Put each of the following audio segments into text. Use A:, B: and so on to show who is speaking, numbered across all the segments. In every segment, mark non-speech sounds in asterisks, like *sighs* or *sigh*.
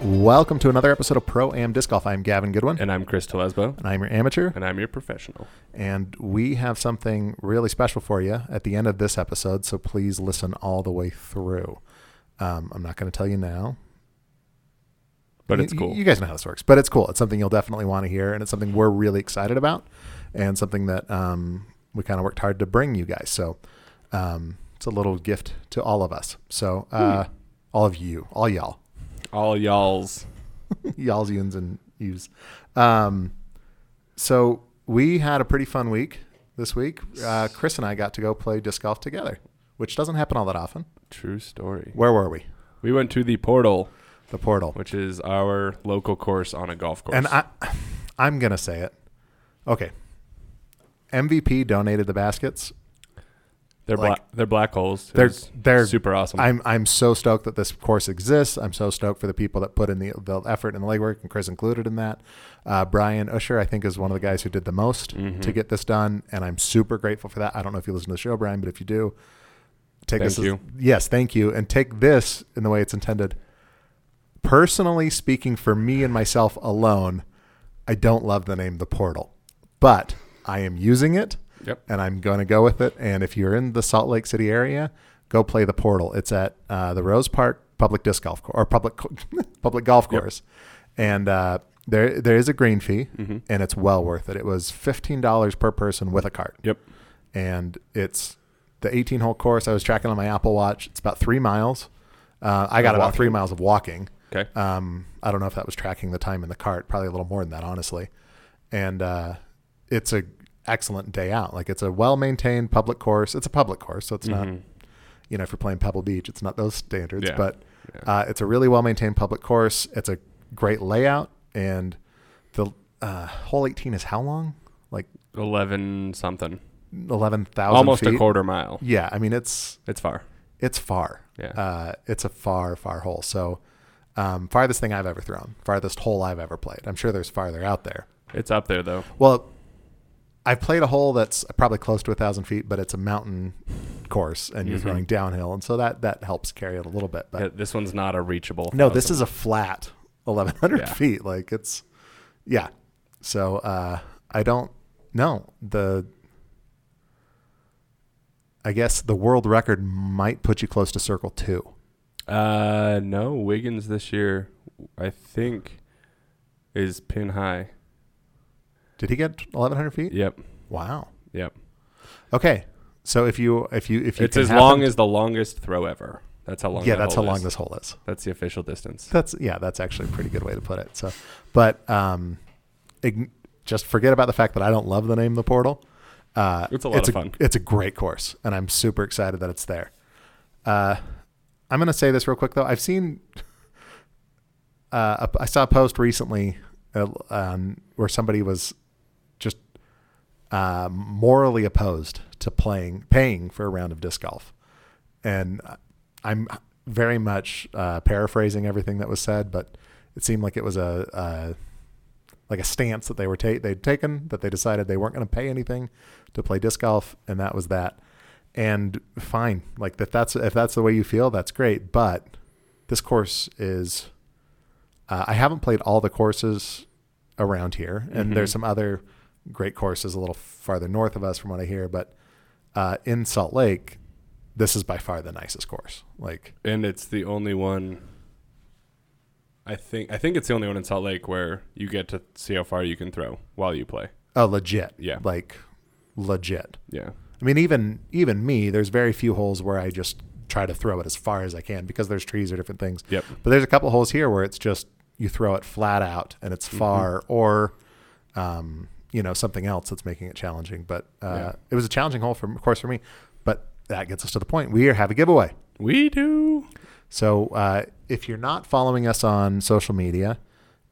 A: Welcome to another episode of Pro Am Disc Golf. I'm Gavin Goodwin, and
B: And I'm Chris Telesbo.
A: I'm your amateur,
B: And I'm your professional.
A: and we have something really special for you at the end of this episode. So please listen all the way through. Um, I'm not going to tell you now,
B: But
A: You-
B: it's cool.
A: You guys know how this works, but it's cool. It's something you'll definitely want to hear, and it's something we're really excited about, and something that um, we kind of worked hard to bring you guys. So um, it's a little gift to all of us. So
B: Hmm.
A: uh, all of you, all y'all,
B: All y'all's.
A: y'all's, yous, and yous. Um, so we had a pretty fun week this week. Uh, Chris and I got to go play disc golf together, which doesn't happen all that often.
B: True story.
A: Where were we?
B: We went to the Portal,
A: The portal.
B: which is our local course on a golf course.
A: And I, I'm gonna say it. Okay. MVP donated the baskets.
B: they're
A: like-
B: black. They're black holes.
A: They're-
B: It's
A: they're-
B: super awesome.
A: I'm I'm so stoked that this course exists. I'm so stoked for the people that put in the, the effort and the legwork, and Chris included in that. Uh, Brian Usher, I think, is one of the guys who did the most
B: Mm-hmm.
A: to get this done, and I'm super grateful for that. I don't know if you listen to the show, Brian, but if you do, take
B: Thank
A: this. as-
B: you.
A: yes, thank you, and take this in the way it's intended. Personally speaking, for me and myself alone, I don't love the name the portal, but I am using it
B: yep.
A: and I'm going to go with it. And if you're in the Salt Lake City area, go play the Portal. It's at uh, the Rose Park Public Disc Golf Course or public co- *laughs* public golf course, and uh, there there is a green fee,
B: Mm-hmm.
A: and it's well worth it. It was fifteen dollars per person with a cart,
B: Yep.
A: and it's the 18 hole course. I was tracking on my Apple Watch. It's about three miles. Uh, I got
B: Of
A: about
B: walking.
A: three miles of walking.
B: Okay.
A: Um, I don't know if that was tracking the time in the cart, probably a little more than that, honestly. And uh, it's a excellent day out. Like it's a well maintained public course. It's a public course, so it's not, you know, if you're playing Pebble Beach, it's not those standards.
B: Mm-hmm. Yeah.
A: But uh, it's a really well maintained public course. It's a great layout, and the uh, hole 18 is how long? Like
B: Eleven something.
A: eleven thousand.
B: Almost
A: feet.
B: a quarter mile.
A: Yeah, I mean it's
B: It's far.
A: it's far.
B: Yeah.
A: Uh, it's a far, far hole. So, um, farthest thing I've ever thrown, farthest hole I've ever played. I'm sure there's farther out there.
B: It's up there though.
A: Well, I've played a hole that's probably close to a thousand feet, but it's a mountain course and
B: Mm-hmm.
A: you're throwing downhill. And so that, that helps carry it a little bit. But
B: Yeah, this one's not a reachable.
A: no, this is a flat 1100
B: Yeah.
A: feet. Like it's, yeah. So, uh, I don't know the, I guess the world record might put you close to circle two.
B: Uh, no, Wiggins this year, I think, is pin high.
A: Did he get 1,100 feet?
B: Yep.
A: Wow.
B: Yep.
A: Okay. So if you if you if you
B: It's
A: can
B: as
A: happen-
B: long as the longest throw ever. That's how long.
A: yeah,
B: that
A: that's how
B: hole
A: long
B: is.
A: this hole is.
B: That's the official distance.
A: That's yeah, that's actually a pretty good way to put it. So, but um, ign- just forget about the fact that I don't love the name the portal. Uh,
B: It's a lot
A: it's
B: of
A: a,
B: fun.
A: It's a great course, and I'm super excited that it's there. Uh, I'm gonna say this real quick though. I've seen *laughs* uh, a, I saw a post recently uh, um, where somebody was just uh, morally opposed to playing paying for a round of disc golf, and I'm very much uh, paraphrasing everything that was said, but it seemed like it was a, a like a stance that they were ta- they'd taken that they decided they weren't going to pay anything to play disc golf, and that was that. And fine, like if that's if that's the way you feel, that's great. But this course is, uh, I haven't played all the courses around here, and there's some other great courses a little farther north of us, from what I hear. But uh, in Salt Lake, this is by far the nicest course. Like,
B: And it's the only one. I think I think it's the only one in Salt Lake where you get to see how far you can throw while you play.
A: oh, legit.
B: Yeah.
A: Like, legit.
B: Yeah.
A: I mean, even even me, there's very few holes where I just try to throw it as far as I can because there's trees or different things.
B: Yep.
A: But there's a couple holes here where it's just you throw it flat out and it's far, or um, you know something else that's making it challenging. But uh,
B: Yeah.
A: it was a challenging hole for, of course, for me. But that gets us to the point. We have a giveaway.
B: We do.
A: So uh, if you're not following us on social media,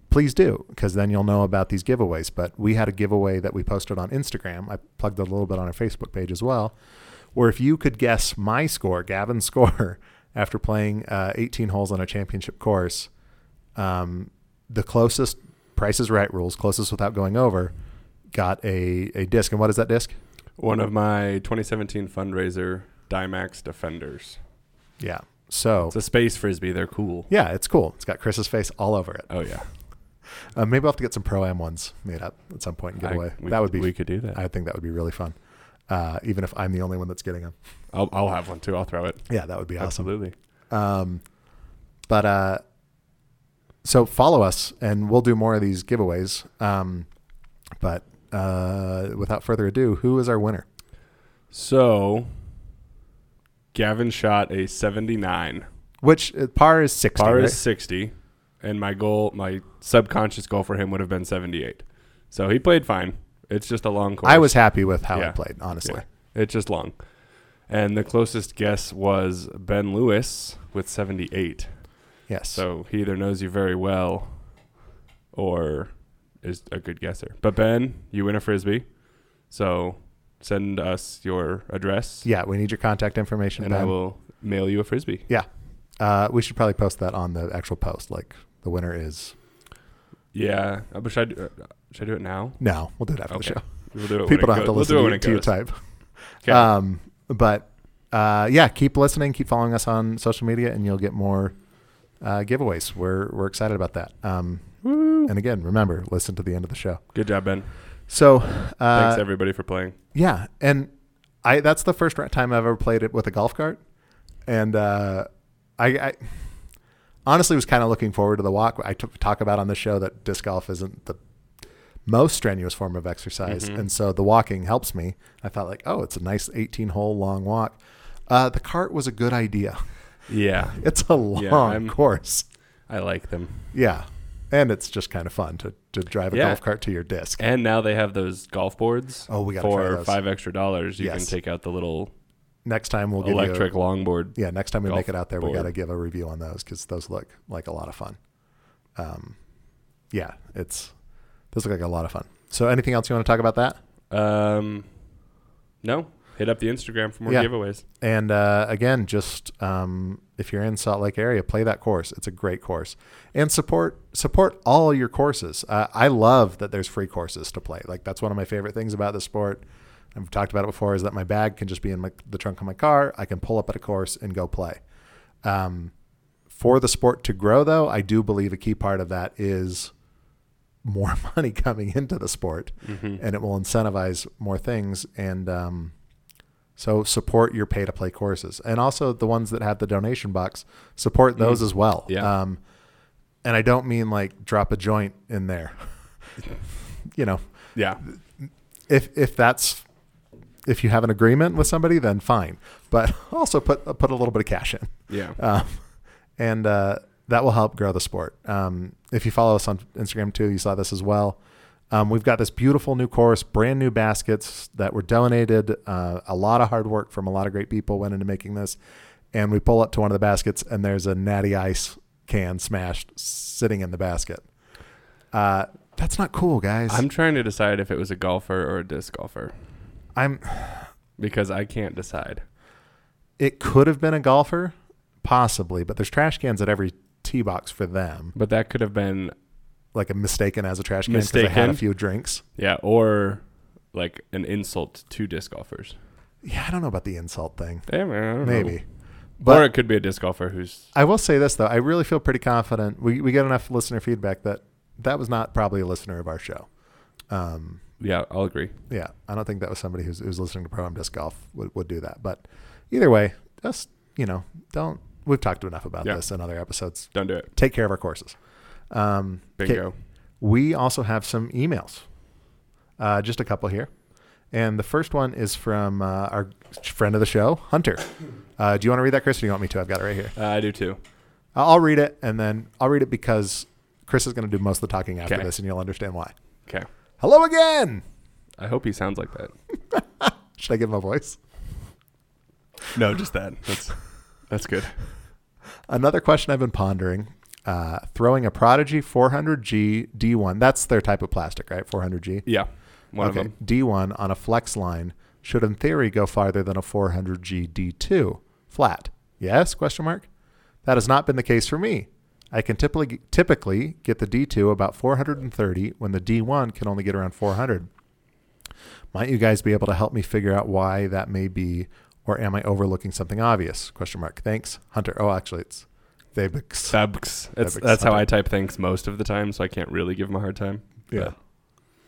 A: please do, because then you'll know about these giveaways. But we had a giveaway that we posted on Instagram. I plugged it a little bit on our Facebook page as well, where if you could guess my score, Gavin's *laughs* score, after playing uh, 18 holes on a championship course, um, the closest Price is Right rules, closest without going over, got a, a disc. And what is that disc?
B: One of my 2017 fundraiser Dimax Defenders.
A: Yeah. So
B: It's a space frisbee. They're cool.
A: yeah, it's cool. It's got Chris's face all over it.
B: Oh yeah.
A: Uh, maybe I'll have to get some pro am ones made up at some point and give
B: I-
A: away.
B: we-
A: that would be.
B: We could do that.
A: I think that would be really fun. Uh, even if I'm the only one that's getting them.
B: I'll, I'll have one too. I'll throw it.
A: Yeah, that would be awesome.
B: Absolutely.
A: Um, but uh, so follow us, and we'll do more of these giveaways. Um, but uh, without further ado, who is our winner?
B: So, Gavin shot a 79.
A: Which uh, par is sixty.
B: Par
A: right?
B: is 60, and my goal, my subconscious goal for him would have been 78. So he played fine. It's just a long course.
A: I was happy with how I
B: Yeah.
A: played, honestly.
B: Yeah. It's just long. And the closest guess was Ben Lewis with 78.
A: Yes.
B: So he either knows you very well or is a good guesser. But Ben, you win a frisbee. So send us your address
A: yeah, we need your contact information.
B: and
A: Ben.
B: I will mail you a frisbee.
A: Yeah. Uh, we should probably post that on the actual post. Like the winner is
B: Yeah. Uh, But should I do, uh, should I do it now?
A: no. We'll do it after
B: Okay.
A: the show.
B: We'll do it when
A: People don't
B: it
A: have to
B: goes-
A: listen
B: we'll do
A: to,
B: it
A: to
B: when
A: you
B: it goes.
A: type.
B: Okay.
A: Um, but uh, yeah, keep listening, keep following us on social media, and you'll get more uh, giveaways. We're we're excited about that. Um,
B: Woo.
A: and again, remember, listen to the end of the show.
B: Good job, Ben.
A: So
B: Thanks
A: uh,
B: everybody for playing.
A: yeah, and I that's the first time I've ever played it with a golf cart, and uh, I. I Honestly, was kind of looking forward to the walk. I t- talk about on the show that disc golf isn't the most strenuous form of exercise,
B: Mhm.
A: and so the walking helps me. I thought like, oh, it's a nice 18 hole long walk. Uh, the cart was a good idea. *laughs*
B: Yeah.
A: It's a long
B: I'm-
A: course.
B: I like them.
A: Yeah. And it's just kind of fun to, to drive a
B: Yeah.
A: golf cart to your disc.
B: And now they have those golf boards.
A: Oh, we gotta
B: for
A: try those.
B: five extra dollars. You can
A: Yes.
B: take out the little
A: Next time we'll give you
B: electric longboard.
A: a, yeah, next time we
B: golf
A: make it out there, we
B: board.
A: got to give a review on those cuz those look like a lot of fun. Um yeah, it's those look like a lot of fun. So anything else you want to talk about that?
B: Um, no, hit up the Instagram for more
A: Yeah.
B: giveaways.
A: And uh, again, just um, if you're in Salt Lake area, play that course. It's a great course, and support support all your courses. Uh, I love that there's free courses to play. Like that's one of my favorite things about the sport. I've talked about it before. Is that my bag can just be in my, the trunk of my car. I can pull up at a course and go play. Um, for the sport to grow, though, I do believe a key part of that is more *laughs* money coming into the sport
B: Mm-hmm.
A: and it will incentivize more things and um, so support your pay to play courses and also the ones that have the donation box support those
B: Mm.
A: as well
B: Yeah.
A: um, and i don't mean like drop a joint in there *laughs* you know
B: Yeah,
A: if if that's if you have an agreement with somebody then fine but *laughs* also put put a little bit of cash in
B: yeah.
A: um, *laughs* and uh, that will help grow the sport. Um, if you follow us on Instagram too, you saw this as well. Um, we've got this beautiful new course, brand new baskets that were donated. Uh, a lot of hard work from a lot of great people went into making this. And we pull up to one of the baskets, and there's a natty ice can smashed sitting in the basket. Uh, that's not cool, guys.
B: I'm trying to decide if it was a golfer or a disc golfer
A: I'm
B: because I can't decide.
A: it could have been a golfer, possibly, but there's trash cans at every tee box for them.
B: But that could have been
A: like a mistaken as a trash can because I had a
B: Mistaken.
A: few drinks.
B: yeah, or like an insult to disc golfers.
A: Yeah, I don't know about the insult thing.
B: Damn, I don't know.
A: Maybe.
B: or
A: But
B: it could be a disc golfer who's
A: I will say this though, I really feel pretty confident. We we get enough listener feedback that that was not probably a listener of our show. Um,
B: yeah. I'll agree.
A: yeah, I don't think that was somebody who's who's listening to pro am disc golf would, would do that. But either way, just you know, don't. We've talked enough about
B: Yeah.
A: this in other episodes.
B: Don't do it.
A: Take care of our courses. Um, 'kay.
B: Bingo.
A: We also have some emails, uh, just a couple here. And the first one is from uh, our friend of the show, Hunter. *coughs* Uh, do you want to read that, Chris, or do you want me to? I've got it right here.
B: Uh, I do too.
A: I- I'll read it, and then I'll read it because Chris is going to do most of the talking after
B: Okay.
A: this, and you'll understand why.
B: Okay.
A: Hello again.
B: I hope he sounds like that.
A: Should I give him a voice?
B: *laughs* No, just that. That's that's good.
A: Another question I've been pondering uh, throwing a Prodigy 400G D1. That's their type of plastic, right? 400G?
B: Yeah, one of them.
A: D1 on a flex line should in theory go farther than a 400G D2 flat. Yes? Question mark. That has not been the case for me. I can typically typically get the D2 about 430 when the D1 can only get around 400. Might you guys be able to help me figure out why that may be or am I overlooking something obvious? Question mark. Thanks, Hunter. Oh, actually, it's Thebix.
B: Subs. It's,
A: Subs.
B: that's how I type things most of the time, so I can't really give them a hard time.
A: Yeah.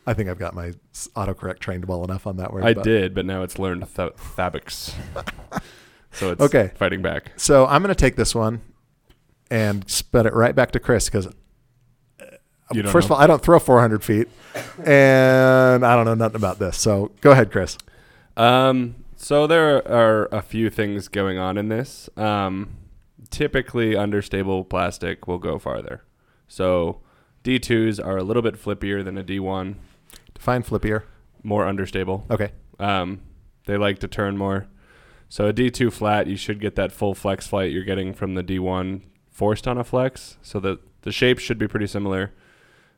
A: I think I've got my s- autocorrect trained well enough on that word.
B: I
A: but-
B: did, but now it's learned th- Thabix. *laughs* so it's
A: Okay.
B: fighting back.
A: So I'm going to take this one and sped it right back to Chris because
B: You don't
A: first
B: know.
A: of all, I don't throw 400 feet, and I don't know nothing about this. So go ahead, Chris.
B: Um, so there are a few things going on in this. Um, typically, understable plastic will go farther. So D2s are a little bit flippier than a D1,
A: Define flippier.
B: more understable.
A: Okay.
B: Um, they like to turn more. So a D2 flat, you should get that full flex flight you're getting from the D1 forced on a flex. So the, the shape should be pretty similar.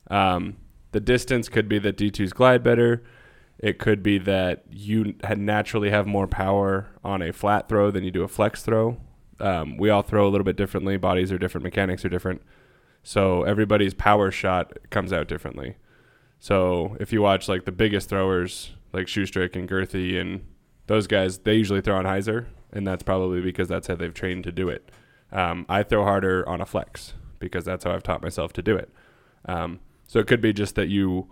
B: Um, the distance could be that D2s glide better. It could be that you had naturally have more power on a flat throw than you do a flex throw. Um, we all throw a little bit differently. Bodies are different. Mechanics are different. So everybody's power shot comes out differently. So if you watch like the biggest throwers, like Shoestrick and Girthy and those guys, they usually throw on hyzer, and that's probably because that's how they've trained to do it. Um, I throw harder on a flex because that's how I've taught myself to do it. Um, so it could be just that you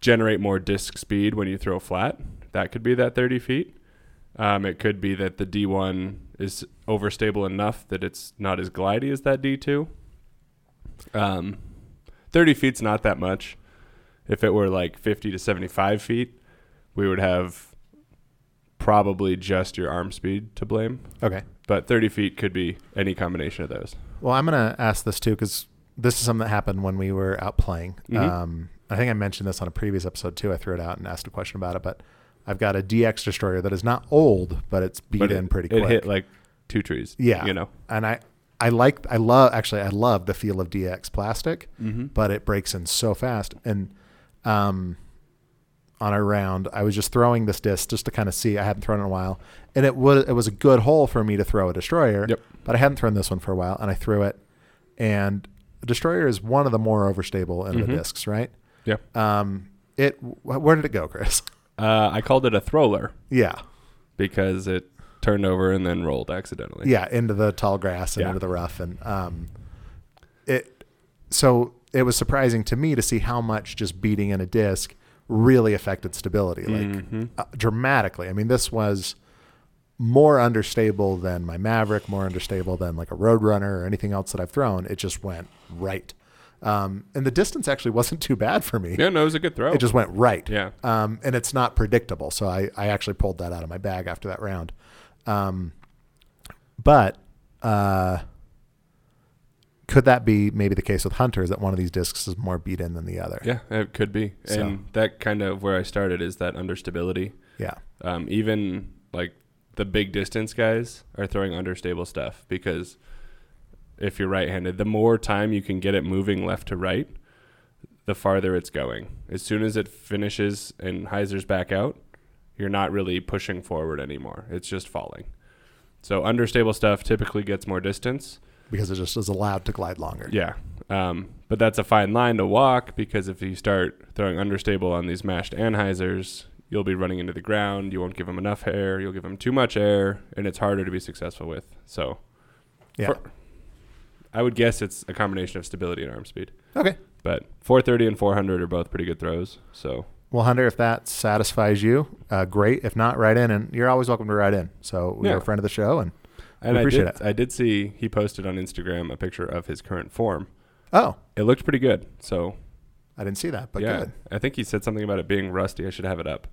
B: generate more disc speed when you throw flat. That could be that 30 feet. Um, it could be that the D1 is overstable enough that it's not as glidey as that D2. Um, 30 feet's not that much if it were like 50 to 75 feet, we would have probably just your arm speed to blame.
A: Okay.
B: But 30 feet could be any combination of those.
A: Well, I'm going to ask this too because this is something that happened when we were out playing.
B: Mhm.
A: Um, I think I mentioned this on a previous episode too. I threw it out and asked a question about it, but I've got a DX destroyer that is not old, but it's beat
B: But
A: in
B: it,
A: pretty
B: it
A: quick.
B: hit like two trees.
A: Yeah.
B: You know?
A: and I, I like, I love, actually, I love the feel of DX plastic,
B: Mm-hmm.
A: but it breaks in so fast. And um, on our round, I was just throwing this disc just to kind of see. I hadn't thrown in a while, and it was it was a good hole for me to throw a destroyer.
B: Yep.
A: But I hadn't thrown this one for a while, and I threw it. And a destroyer is one of the more overstable end of the
B: Mhm.
A: discs, right?
B: Yeah.
A: Um, it wh- where did it go, Chris? *laughs*
B: Uh, I called it a thrower
A: yeah,
B: because it turned over and then rolled accidentally.
A: yeah, into the tall grass and
B: Yeah.
A: into the rough, and um, it. So it was surprising to me to see how much just beating in a disc really affected stability. Like
B: Mhm.
A: uh, dramatically. I mean, this was more understable than my Maverick, more understable than like a Roadrunner or anything else that I've thrown. It just went right. Um, and the distance actually *laughs* wasn't too bad for me.
B: Yeah, no, it was a good throw.
A: It just went right.
B: yeah.
A: Um, and it's not predictable. So I, I actually pulled that out of my bag after that round. Um, but uh, could that be maybe the case with Hunter? Is that one of these discs is more beat in than the other?
B: Yeah, it could be.
A: So-
B: And that kind of where I started is that understability.
A: Yeah.
B: um, even like the big distance guys are throwing understable stuff because if you're right-handed, the more time you can get it moving left to right, the farther it's going. As soon as it finishes and Heiser's back out, you're not really pushing forward anymore. It's just falling. So understable stuff typically gets more distance.
A: Because it just is allowed to glide longer.
B: Yeah. Um, but that's a fine line to walk because if you start throwing understable on these mashed Anheisers, you'll be running into the ground. You won't give them enough air. You'll give them too much air, and it's harder to be successful with. So,
A: Yeah.
B: for- I would guess it's a combination of stability and arm speed.
A: Okay.
B: But 430 and 400 are both pretty good throws. So,
A: Well, Hunter, if that satisfies you, uh, great. If not, write in, and you're always welcome to write in. So you're
B: Yeah.
A: a friend of the show, and
B: and I
A: appreciate
B: did, I did see he posted on Instagram a picture of his current form.
A: oh,
B: It looked pretty good. So,
A: I didn't see that, but
B: yeah,
A: good.
B: I think he said something about it being rusty. I should have it up,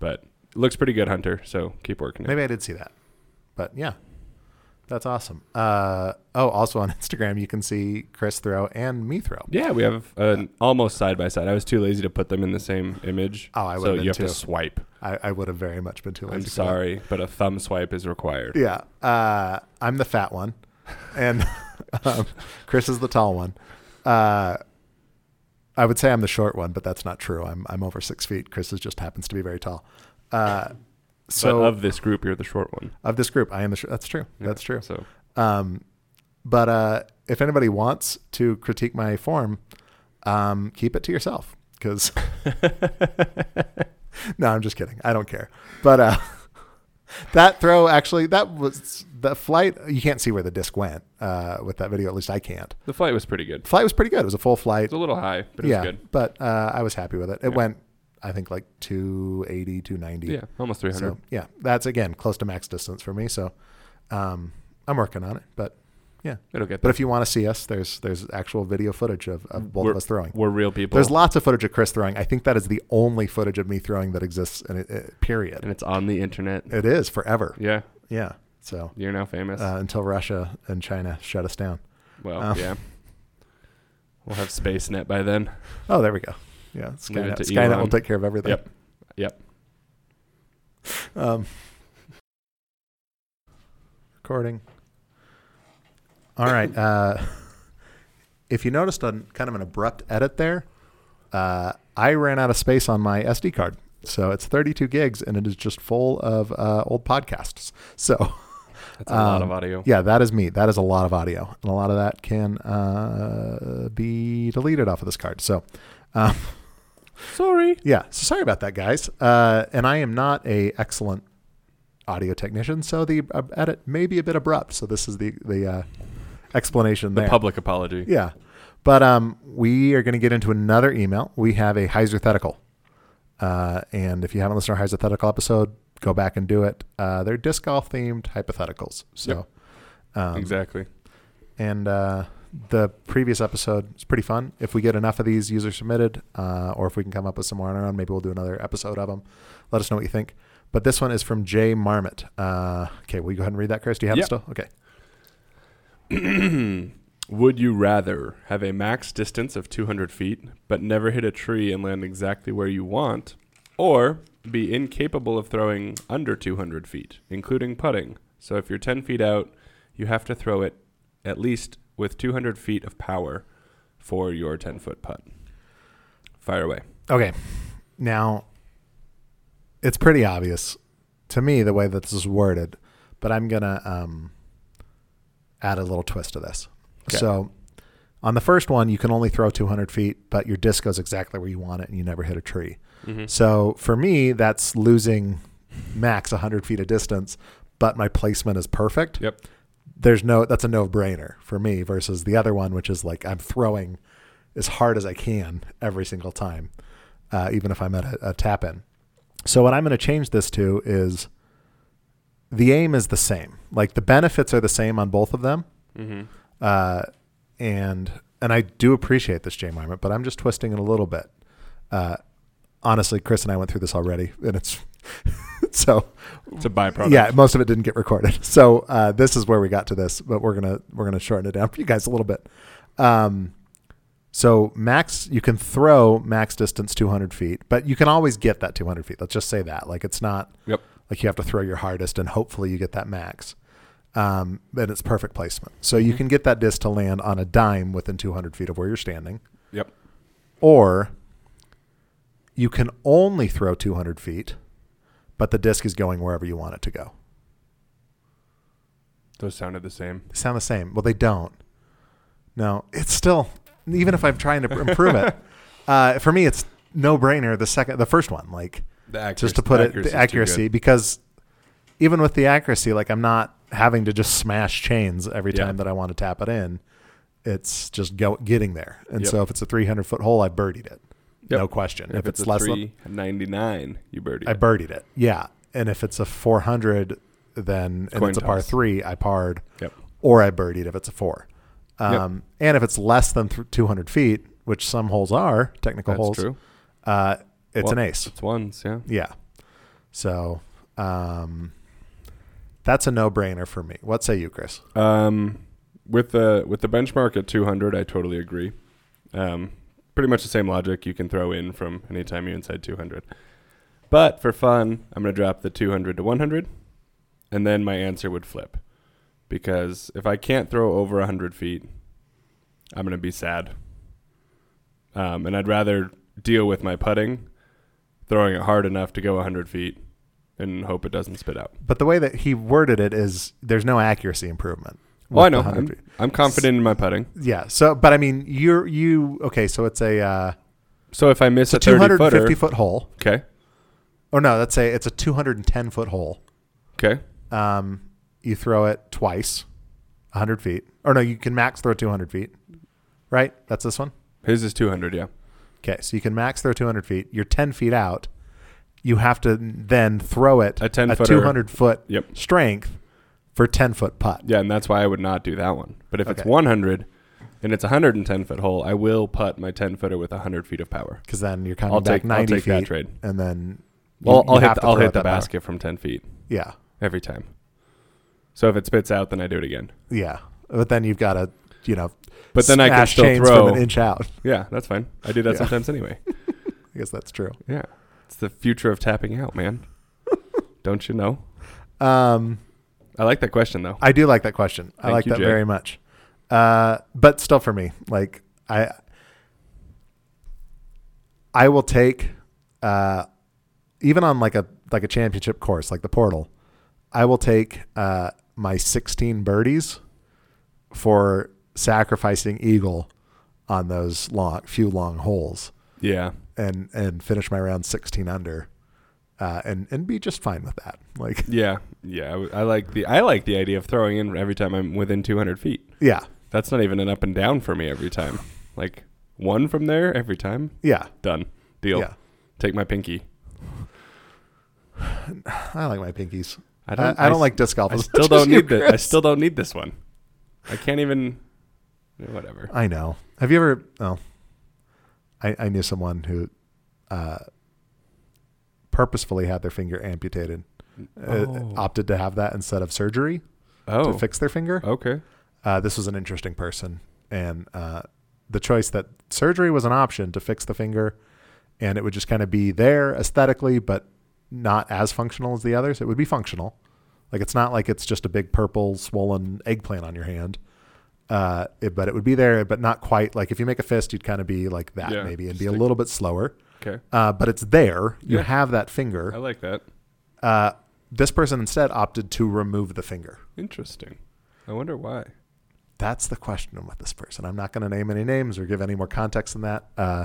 B: but it looks pretty good, Hunter. So keep working. it.
A: Maybe I did see that, but yeah, that's awesome. Uh, oh, also on *laughs* Instagram, you can see Chris throw and me throw.
B: Yeah, we have an almost side by side. I was too lazy to put them in the same image.
A: Oh, I
B: so
A: would've been
B: you have
A: too.
B: to swipe.
A: I, I would have very much been too lazy.
B: I'm
A: for that.
B: sorry, but a thumb swipe is required.
A: Yeah, uh, I'm the fat one, and *laughs* um, Chris is the tall one. Uh, I would say I'm the short one, but that's not true. I'm I'm over six feet. Chris is just happens to be very tall. Uh, so
B: but of this group, you're the short one.
A: of this group. I am the sh- that's true. That's true.
B: So
A: Um, but uh, if anybody wants to critique my form, um, keep it to yourself.
B: *laughs*
A: Because no, I'm just kidding. I don't care. But uh, *laughs* that throw actually that was the flight. You can't see where the disc went uh, with that video. At least I can't.
B: The flight was pretty good.
A: Flight was pretty good. It was a full
B: It's
A: flight.
B: a little high, but it
A: yeah,
B: was good.
A: but uh, I was happy with it. It
B: Yeah.
A: went, I think, like 280, 290.
B: Yeah, almost 300.
A: So yeah, that's again close to max distance for me. So um, I'm working on it, but
B: It'll get
A: but
B: there.
A: if you want to see us, there's there's actual video footage of, of both
B: We're-
A: of us throwing.
B: We're real people.
A: There's lots of footage of Chris throwing. I think that is the only footage of me throwing that exists. In it, it- period.
B: and it's on the internet.
A: It is forever.
B: Yeah,
A: Yeah. So
B: you're now famous.
A: uh, until Russia and China shut us down.
B: well,
A: um,
B: yeah. We'll have SpaceNet by then.
A: Oh, there we go. Yeah,
B: Leave it
A: Skynet,
B: to
A: Skynet will
B: Elon.
A: take care of everything.
B: Yep. Yep.
A: Um, recording. All right. Uh, *laughs* if you noticed a kind of an abrupt edit there, uh, I ran out of space on my SD card, so it's 32 gigs, and it is just full of uh, old podcasts. So
B: Oh. That's a lot
A: Um,
B: of audio.
A: yeah, that is me. That is a lot of audio, and a lot of that can uh, be deleted off of this card. So. Um,
B: Sorry.
A: yeah. So sorry about that, guys. Uh, and I am not a excellent audio technician, so the uh, edit may be a bit abrupt. So this is the the uh, explanation
B: The
A: there.
B: public apology.
A: yeah. But um, we are going to get into another email. We have a hypothetical, uh, and if you haven't listened to our hypothetical episode, go back and do it. Uh, they're disc golf themed hypotheticals. So, um,
B: exactly. *clears throat*
A: and uh, the previous episode is pretty fun. If we get enough of these user submitted, uh, or if we can come up with some more on our own, maybe we'll do another episode of them. Let us know what you think. But this one is from Jay Marmot. Uh, okay, will you go ahead and read that, Chris? Do you have
B: Yeah.
A: it still? Okay.
B: Would you rather have a max distance of 200 feet but never hit a tree and land exactly where you want, or be incapable of throwing under 200 feet, including putting? So if you're 10 feet out, you have to throw it at least with 200 feet of power for your 10 foot putt. Fire away.
A: Okay. Now, it's pretty obvious to me the way that this is worded, but I'm going to um, add a little twist to this.
B: Okay.
A: So, on the first one, you can only throw 200 feet, but your disc goes exactly where you want it and you never hit a tree.
B: Mm-hmm.
A: So, for me, that's losing max 100 feet of distance, but my placement is perfect
B: Yep.
A: there's no that's a no brainer for me versus the other one, which is like I'm throwing as hard as I can every single time, uh, even if I'm at a, a tap in. So what I'm going to change this to is the aim is the same. Like the benefits are the same on both of them.
B: Mm-hmm.
A: Uh, and and I do appreciate this, Jay Marmot, but I'm just twisting it a little bit. Uh, honestly, Chris and I went through this already, and it's *laughs* so
B: It's a byproduct.
A: yeah, most of it didn't get recorded. *laughs* So uh, this is where we got to this, but we're gonna we're gonna shorten it down for you guys a little bit. Um, so max, you can throw max distance 200 feet, but you can always get that 200 feet. Let's just say that. Like it's not
B: Yep.
A: like you have to throw your hardest, and hopefully you get that max. Um, and it's perfect placement, so you can get that disc to land on a dime within 200 feet of where you're standing,
B: Yep.
A: or you can only throw 200 feet, but the disc is going wherever you want it to go.
B: Those sounded the same.
A: They sound the same. Well, they don't. No, it's still even if I'm trying to improve
B: *laughs*
A: it. Uh, for me, it's no brainer. The second, the first one, like
B: The accuracy,
A: just to put it,
B: accuracy's
A: the
B: too
A: accuracy,
B: good.
A: because even with the accuracy, like I'm not having to just smash chains every
B: Yeah.
A: time that I want to tap it in. It's just go, getting there. And
B: Yep.
A: so if it's a 300 foot hole, I birdied it.
B: Yep.
A: No question.
B: If, it's,
A: less than
B: a 399, you birdie.
A: I
B: it.
A: birdied it. Yeah. And if it's a 400, then and
B: Coin
A: it's a par
B: toss.
A: three, I parred.
B: Yep.
A: Or I birdied if it's a four. Um, And if it's less than th- 200 feet, which some holes are, technical
B: That's
A: holes,
B: true.
A: Uh, it's
B: Well-
A: an ace.
B: It's ones, yeah.
A: Yeah. So um, that's a no brainer for me. What say you, Chris?
B: Um, with the with the benchmark at 200, I totally agree. Um, pretty much the same logic you can throw in from anytime you're inside 200. But for fun, I'm going to drop the 200 to 100, and then my answer would flip. Because if I can't throw over 100 feet, I'm going to be sad. Um, and I'd rather deal with my putting, throwing it hard enough to go 100 feet, and hope it doesn't spit out.
A: But the way that he worded it is there's no accuracy improvement.
B: Well, Oh, I
A: with the
B: know.
A: 100 feet.
B: I'm, I'm confident in my putting.
A: Yeah. So, but I mean, you're, you, okay. So it's a, uh,
B: So if I miss
A: it's a
B: a 30 footer,
A: 250 foot hole. Oh,
B: okay,
A: Or no, let's say it's a 210 foot hole.
B: Okay.
A: Um, you throw it twice, 100 feet. Or no, you can max throw 200 feet, right? That's this one?
B: His is 200, yeah.
A: Okay, so you can max throw 200 feet. You're 10 feet out. You have to then throw it
B: A 10
A: a
B: footer.
A: 200 foot
B: Yep.
A: strength for 10 foot putt.
B: Yeah, and that's why I would not do that one. But if it's
A: Okay.
B: 100 and it's a 110 foot hole, I will putt my 10 footer with 100 feet of power.
A: Because then you're coming
B: I'll
A: back
B: take,
A: 90
B: I'll take
A: feet.
B: that trade.
A: And then you-
B: Well,
A: you
B: I'll hit,
A: have
B: the,
A: to
B: I'll
A: throw
B: hit
A: it
B: the
A: that far.
B: basket from 10 feet
A: Yeah,
B: every time. So if it spits out, then I do it again.
A: yeah. But then you've got to, you know,
B: But then I can
A: smash
B: still
A: chains
B: throw.
A: from an inch out. *laughs*
B: Yeah, that's fine. I do that
A: Yeah.
B: sometimes anyway.
A: *laughs* I guess that's true.
B: Yeah. It's the future of tapping out, man. Don't you know?
A: Um,
B: I like that question, though.
A: I do like that question. I
B: Thank
A: like
B: you,
A: that
B: Jay.
A: very much. Uh, but still, for me, like I, I will take, uh, even on like a like a championship course, like the portal, I will take uh, my 16 birdies for sacrificing eagle on those long few long holes
B: Yeah.
A: and and finish my round 16 under uh, and and be just fine with that like *laughs*
B: Yeah. Yeah. I w- I, like the I like the idea of throwing in every time I'm within 200 feet.
A: yeah
B: That's not even an up and down for me every time. Like one from there every time.
A: yeah
B: Done. Deal.
A: yeah *sighs*
B: Take my pinky.
A: i like my pinkies
B: I
A: I, I,
B: s-
A: *laughs* don't like disc golf.
B: I
A: as
B: still
A: much as
B: don't
A: you,
B: need this. I
A: Chris.
B: still don't need this one. I can't even. Whatever.
A: I know. Have you ever? Oh, I, I knew someone who uh, purposefully had their finger amputated,
B: Oh.
A: uh, opted to have that instead of surgery
B: Oh.
A: to fix their finger.
B: okay.
A: Uh, this was an interesting person, and uh, the choice that surgery was an option to fix the finger, and it would just kind of be there aesthetically, but not as functional as the others. It would be functional, like it's not like it's just a big purple swollen eggplant on your hand. Uh, it- but it would be there, but not quite. Like if you make a fist, you'd kind of be like that
B: Yeah,
A: maybe, and
B: just
A: be a
B: like-
A: little bit slower.
B: Okay.
A: Uh, but it's there. You
B: Yeah.
A: have that finger.
B: I like that.
A: Uh, this person instead opted to remove the finger.
B: Interesting. I wonder why.
A: that's the question with this person. I'm not going to name any names or give any more context than that. Uh,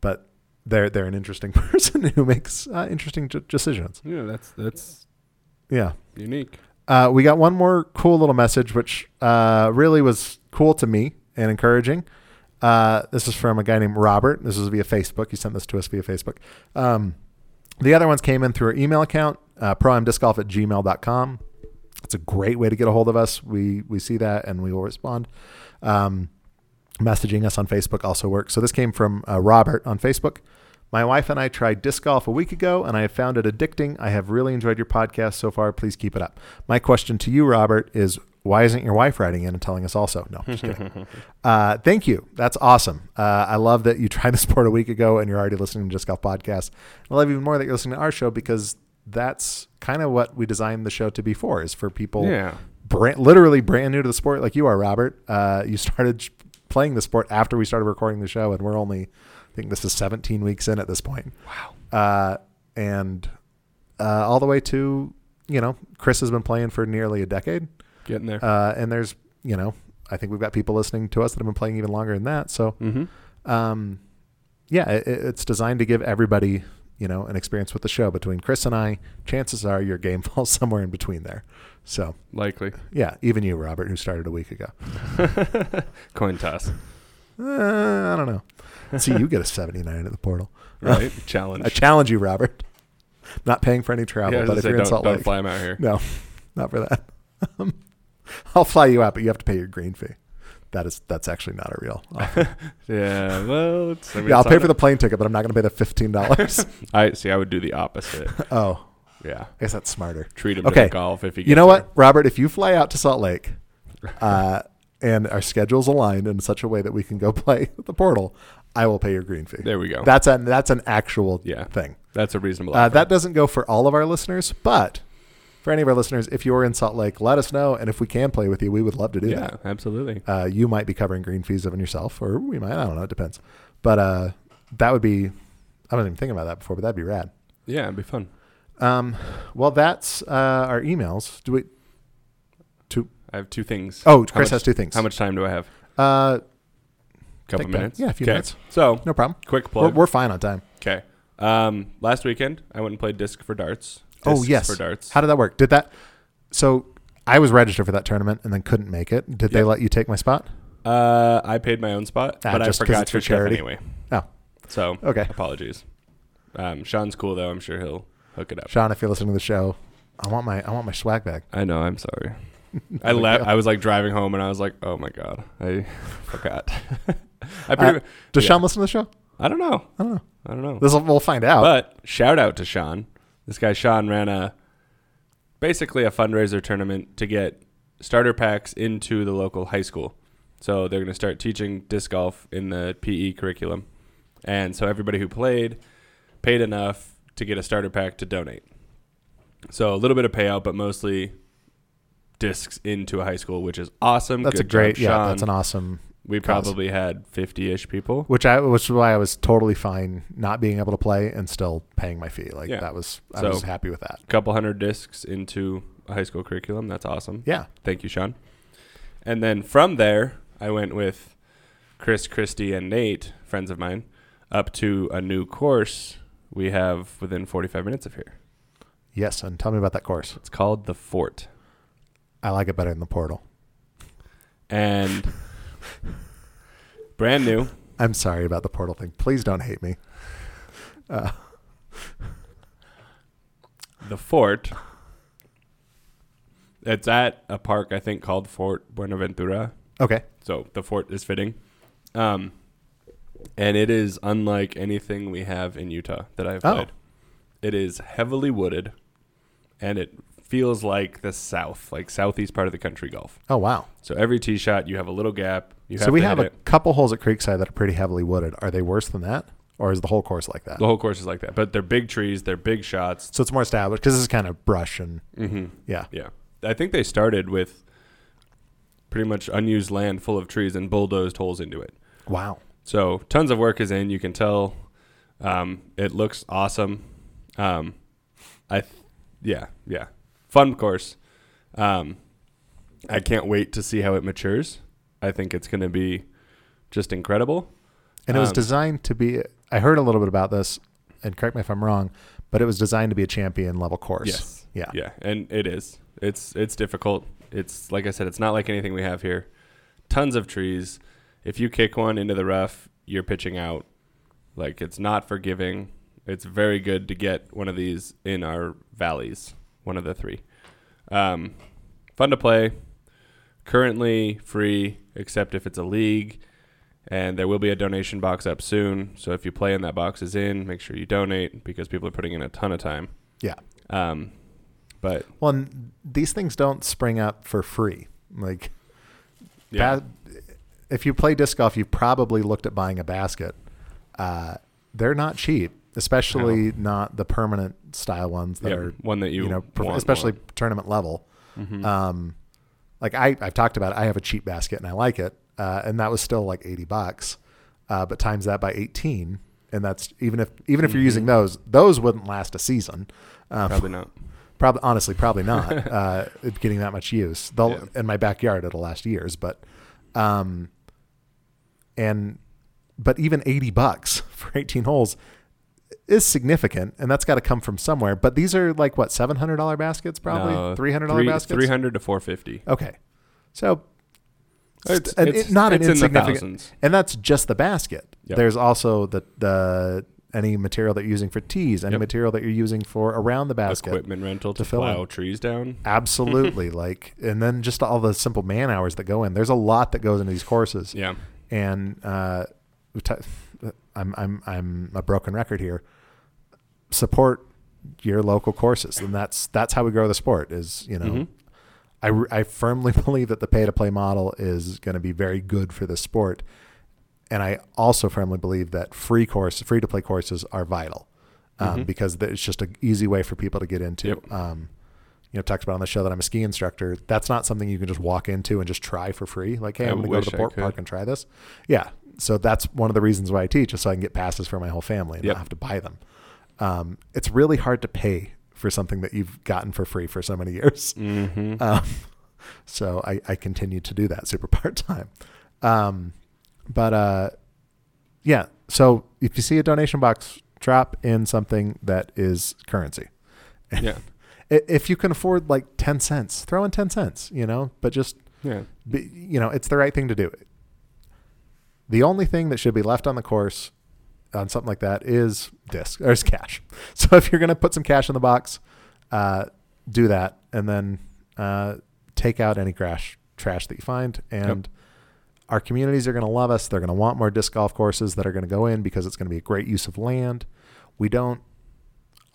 A: but they're they're an interesting *laughs* person who makes uh, interesting d- decisions.
B: Yeah, that's that's
A: Yeah.
B: unique.
A: Uh, we got one more cool little message, which uh, really was cool to me and encouraging. Uh, this is from a guy named Robert. This is via Facebook. He sent this to us via Facebook. Um, the other ones came in through our email account, uh, proamdiscgolf at gmail.com. It's a great way to get a hold of us. We, we see that and we will respond. Um, messaging us on Facebook also works. So this came from uh, Robert on Facebook. My wife and I tried disc golf a week ago, and I have found it addicting. I have really enjoyed your podcast so far. Please keep it up. My question to you, Robert, is why isn't your wife writing in and telling us also? No, just kidding. uh, thank you. That's awesome. Uh, I love that you tried *laughs* the sport a week ago and you're already listening to Disc Golf Podcast. I love even more that you're listening to our show because that's kind of what we designed the show to be for is for people
B: Yeah.
A: brand, literally brand new to the sport, like you are, Robert. Uh, you started sh- playing the sport after we started recording the show, and we're only, I think this is 17 weeks in at this point.
B: Wow.
A: Uh, and uh, all the way to, you know, Chris has been playing for nearly a decade.
B: Getting there.
A: Uh, and there's, you know, I think we've got people listening to us that have been playing even longer than that. So,
B: mm-hmm.
A: um, yeah, it, it- it's designed to give everybody, you know, an experience with the show. Between Chris and I, chances are your game *laughs* falls somewhere in between there. So,
B: Likely. *laughs*
A: yeah, even you, Robert, who started a week ago.
B: Coin toss.
A: Uh, I don't
B: *laughs*
A: know. See, you get a 79 at the portal.
B: Right. *laughs*
A: I *laughs*
B: Challenge.
A: challenge you, Robert. Not paying for any travel,
B: Oh, yeah, I was
A: but
B: gonna
A: if
B: say,
A: you're in
B: don't,
A: Salt
B: don't
A: Lake,
B: fly him out here.
A: no, not for that. Um, I'll fly you out, but you have to pay your green fee. That is that's actually not a
B: *laughs*
A: real. offer.
B: *laughs* Yeah. Well, it's, I mean,
A: yeah, I'll
B: it's
A: pay
B: on
A: for the plane ticket, but I'm not going to pay the fifteen
B: *laughs*
A: dollars. *laughs*
B: I see. I would do the opposite.
A: oh,
B: Yeah.
A: I guess that's smarter.
B: Treat him
A: Okay.
B: to golf if he. Gets
A: You know
B: there.
A: what, Robert? If you fly out to Salt
B: *laughs*
A: Lake, uh, and our schedules aligned in such a way that we can go *laughs* play at the portal, I will pay your green fee.
B: There we go.
A: That's an that's an actual
B: Yeah.
A: thing.
B: That's a reasonable.
A: Uh,
B: offer.
A: that doesn't go for all of our listeners, but for any of our listeners, if you're in Salt Lake, let us know, and if we can play with you, we would love to do
B: Yeah. Absolutely.
A: that. Uh, you might be covering green fees of it yourself, or we might. I don't know. It depends. But uh, that would be. I wasn't even thinking about that before, but that'd be rad.
B: Yeah. It'd be fun.
A: Um, well, that's uh, our emails. Do we?
B: I have two things.
A: Oh,
B: How
A: Chris
B: much-
A: has two things.
B: How much time do I have?
A: Uh,
B: couple
A: take that.
B: minutes.
A: Yeah, a few
B: 'Kay.
A: minutes.
B: So
A: No problem.
B: quick
A: We're,
B: plug.
A: we're fine on time.
B: Okay. Um, last weekend I went and played disc for darts.
A: oh
B: discs
A: yes.
B: for darts.
A: How did that work? Did that? So I was registered for that tournament and then couldn't make it. Did they
B: Yep.
A: let you take my spot?
B: Uh, I paid my own spot,
A: Ah,
B: but I
A: just 'cause
B: forgot
A: it's for
B: your stuff
A: charity.
B: anyway.
A: Oh.
B: So
A: Okay.
B: apologies. Um, Sean's cool though. I'm sure he'll hook it up.
A: Sean, if you're listening to the show, I want my I want my swag bag.
B: I know.
A: *laughs*
B: I'm sorry. I left. I was like driving home, and I was like, "Oh my god, I *laughs* forgot." I, pretty,
A: Does
B: Yeah.
A: Sean listen to the show?
B: I don't know.
A: I don't know.
B: I don't know.
A: This we'll find out.
B: But shout out to Sean. This guy Sean ran a basically a fundraiser tournament to get starter packs into the local high school. So they're going to start teaching disc golf in the PE curriculum. And so everybody who played paid enough to get a starter pack to donate. So a little bit of payout, but mostly discs into a high school, which is awesome.
A: that's
B: Good
A: a great.
B: job,
A: yeah,
B: Sean.
A: that's an awesome.
B: we
A: cause.
B: probably had 50-ish people.
A: Which I which is why I was totally fine not being able to play and still paying my fee. Like
B: Yeah.
A: that was I
B: So-
A: was happy with that.
B: A couple hundred discs into a high school curriculum. That's awesome.
A: Yeah.
B: Thank you, Sean. And then from there, I went with Chris, Christie, and Nate, friends of mine, up to a new course we have within 45 minutes of here.
A: Yes, and tell me about that course.
B: It's called The Fort.
A: I like it better than the portal.
B: And brand new.
A: I'm sorry about the portal thing. Please don't hate me. Uh,
B: The Fort. It's at a park, I think, called Fort Buenaventura.
A: okay.
B: So the fort is fitting. Um, and it is unlike anything we have in Utah that I've
A: Oh.
B: played. It is heavily wooded and it feels like the south, like southeast part of the country golf.
A: Oh wow.
B: So every tee shot you have a little gap. You have
A: so we
B: to
A: have
B: hit
A: a
B: it.
A: couple holes at Creekside that are pretty heavily wooded. Are they worse than that, or is the whole course like that?
B: the whole course is like that. But they're big trees, they're big shots.
A: so it's more established because this is kind of brush and
B: Mm-hmm.
A: yeah.
B: Yeah. I think they started with pretty much unused land full of trees and bulldozed holes into it.
A: Wow.
B: So tons of work is in. You can tell um, it looks awesome. Um, I, th- yeah, yeah, fun course. Um, I can't wait to see how it matures. I think it's going to be just incredible.
A: And it was
B: Um,
A: designed to be. I heard a little bit about this, and correct me if I'm wrong, but it was designed to be a champion level course.
B: Yes.
A: Yeah.
B: Yeah, and it is. It's it's difficult. It's like I said, it's not like anything we have here. Tons of trees. If you kick one into the rough, you're pitching out. Like it's not forgiving. It's very good to get one of these in our valleys. One of the three. Um, fun to play. Currently free, except if it's a league. And there will be a donation box up soon. So if you play and that box is in, make sure you donate because people are putting in a ton of time.
A: Yeah.
B: Um, but
A: Well, and these things don't spring up for free. Like
B: yeah,
A: ba- if you play disc golf, you've probably looked at buying a basket. Uh, they're not cheap, especially not the permanent style ones that
B: yeah,
A: are
B: one that you,
A: you, know, prof-
B: want
A: especially
B: more. Mm-hmm.
A: tournament level. Um, like I, I've talked about, it. I have a cheap basket and I like it, uh, and that was still like eighty bucks, uh, but times that by eighteen, and that's even if even if
B: Mm-hmm.
A: you're using those, those wouldn't last a season. Um,
B: probably not.
A: Probably, honestly, probably not
B: *laughs*
A: uh, it getting that much use. They'll,
B: Yeah.
A: In my backyard, it'll last years, but, um, and, but even eighty bucks *laughs* for eighteen holes is significant, and that's got to come from somewhere. But these are like what seven hundred dollar baskets, probably
B: No,
A: three hundred dollar
B: three-
A: baskets.
B: 300 to 450.
A: Okay, so
B: It's,
A: st- and it- not an
B: it's in the
A: insignificant,
B: thousands.
A: and that's just the basket.
B: Yep.
A: There's also the the any material that you're using for tees, any
B: Yep.
A: material that you're using for around the basket.
B: Equipment rental to,
A: to fill
B: plow
A: in.
B: trees down.
A: Absolutely. like, and then just all the simple man hours that go in. There's a lot that goes into these courses.
B: Yeah,
A: And uh, we t- I'm I'm I'm a broken record here. Support your local courses, and that's that's how we grow the sport. Is you know,
B: Mhm.
A: I re- I firmly *laughs* believe that the pay to play model is going to be very good for the sport, and I also firmly believe that free course free to play courses are vital um, because th- it's just an easy way for people to get into.
B: Mm-hmm. Yep.
A: Um, you know, talked about on the show that I'm a ski instructor. That's not something you can just walk into and just try for free. Like, hey,
B: I
A: I'm going to go to
B: wish
A: the
B: I
A: port
B: could.
A: park and try this. Yeah. So that's one of the reasons why I teach is so I can get passes for my whole family and
B: Yep.
A: not have to buy them. Um, it's really hard to pay for something that you've gotten for free for so many years. *laughs*
B: Mhm.
A: Um, so I, I continued to do that super *laughs* part time. Um, but uh, yeah, so if you see a donation box, drop in something that is currency.
B: yeah.
A: I- If you can afford like 10 cents, throw in 10 cents, you know, but just,
B: Yeah.
A: be, you know, it's the right thing to do. The only thing that should be left on the course on something like that is disc or is cash. *laughs* So if you're going to put some cash in the box, uh, do that and then uh, take out any crash trash that you find. And our communities are going to love us. They're going to want more disc golf courses that are going to go in because it's going to be a great use of land. We don't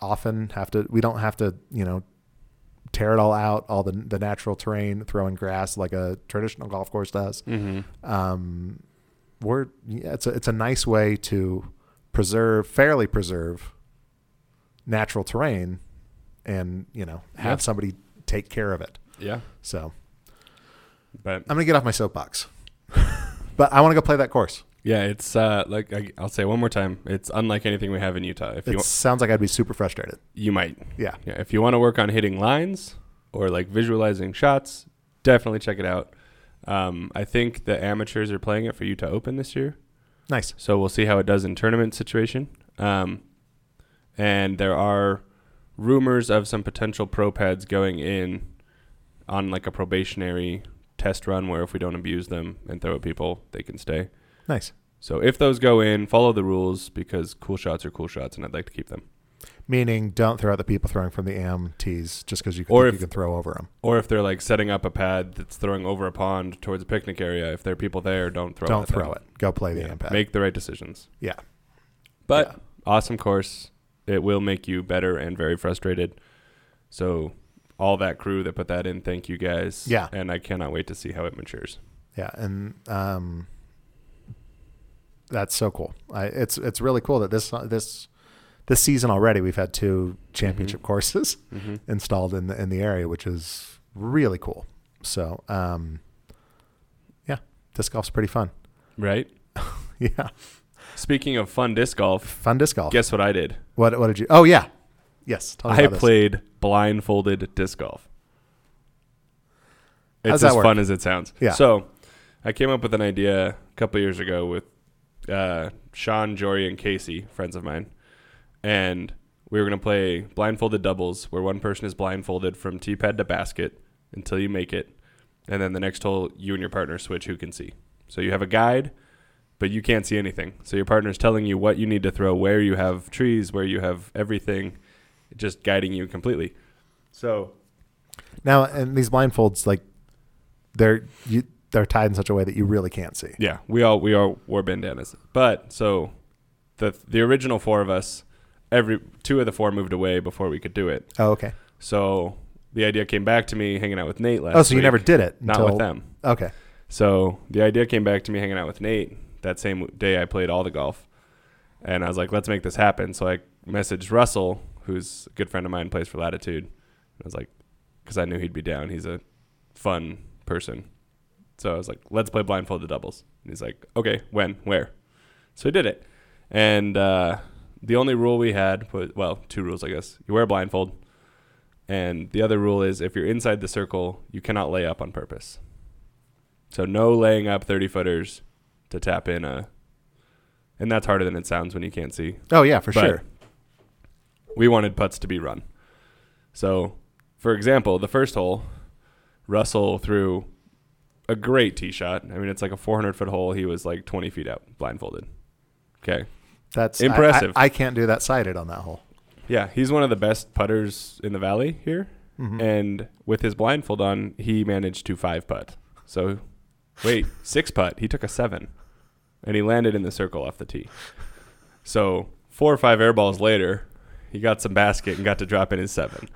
A: often have to. We don't have to. You know. Tear it all out, all the the natural terrain, throw in grass like a traditional golf course does
B: Mm-hmm.
A: um, we're yeah, it's a it's a nice way to preserve fairly preserve natural terrain, and you know have
B: Yeah.
A: somebody take care of it.
B: Yeah.
A: So
B: But
A: I'm gonna get off my soapbox, *laughs* but I want to go play that course.
B: yeah, it's uh, like I, I'll say one more time. It's unlike anything we have in Utah. If
A: It
B: you wa-
A: sounds like I'd be super frustrated.
B: you might
A: Yeah,
B: Yeah, if you want to work on hitting lines or like visualizing shots, definitely check it out. Um, I think the amateurs are playing it for Utah Open this year,
A: nice.
B: so we'll see how it does in tournament situation. Um, and there are rumors of some potential pro pads going in on like a probationary test run where if we don't abuse them and throw at people, they can stay.
A: Nice.
B: So if those go in, follow the rules because cool shots are cool shots, and I'd like to keep them.
A: Meaning, don't throw out the people throwing from the AMTs just because you can,
B: Or
A: think
B: if-
A: you can throw over them.
B: Or if they're like setting up a pad that's throwing over a pond towards a picnic area, if there are people there, don't throw
A: Don't
B: at them.
A: throw it. Go play the
B: Yeah,
A: AMPAD.
B: Make the right decisions.
A: Yeah.
B: But awesome course. It will make you better and very frustrated. So all that crew that put that in, thank you guys.
A: Yeah.
B: And I cannot wait to see how it matures.
A: Yeah, and um, that's so cool. I, it's it's really cool that this this this season already we've had two championship courses *laughs*
B: Mm-hmm.
A: installed in the in the area, which is really cool. So, um, yeah, disc golf's pretty fun. *laughs*
B: Right?
A: Yeah,
B: Speaking of fun disc golf,
A: fun disc golf.
B: guess what I did?
A: what what did you? Oh yeah, yes. Tell me
B: I
A: about this.
B: played blindfolded disc golf. It's
A: How's that
B: as
A: work?
B: fun as it sounds.
A: Yeah.
B: So, I came up with an idea a couple years ago with uh, Sean, Jory, and Casey, friends of mine, and we were going to play blindfolded doubles, where one person is blindfolded from tee pad to basket until you make it, and then the next hole, you and your partner switch who can see. So you have a guide, but you can't see anything. So your partner's telling you what you need to throw, where you have trees, where you have everything, just guiding you completely. So
A: now. And these blindfolds, like they're you, they're tied in such a way that you really can't see.
B: Mm-hmm. Yeah, we all we all wore bandanas. But so the the original four of us, every two of the four moved away before we could do it.
A: Oh, okay.
B: So the idea came back to me hanging out with Nate last.
A: Oh, so you
B: week.
A: never did it
B: not
A: until
B: with them.
A: Okay.
B: So the idea came back to me hanging out with Nate that same day I played all the golf. And I was like, let's make this happen. So I messaged Russell, who's a good friend of mine, plays for Latitude. And I was like, because I knew he'd be down. He's a fun person. So I was like, let's play blindfolded doubles. And he's like, okay, when, where? So we did it. And uh, the only rule we had was, well, two rules, I guess. You wear a blindfold. And the other rule is if you're inside the circle, you cannot lay up on purpose. So no laying up 30 footers to tap in a. And that's harder than it sounds when you can't see.
A: Oh yeah, for
B: But-
A: sure.
B: We wanted putts to be run. So, for example, the first hole, Russell threw a great tee shot. I mean, it's like a 400 foot hole. He was like 20 feet out, blindfolded. Okay.
A: That's
B: Impressive.
A: I, I, I can't do that sighted on that hole.
B: Yeah, he's one of the best putters in the valley here. And with his blindfold on, he managed to five putt. So, wait, six putt. He took a seven, and he landed in the circle off the tee. So four or five air balls later, he got some basket and got to drop in his seven.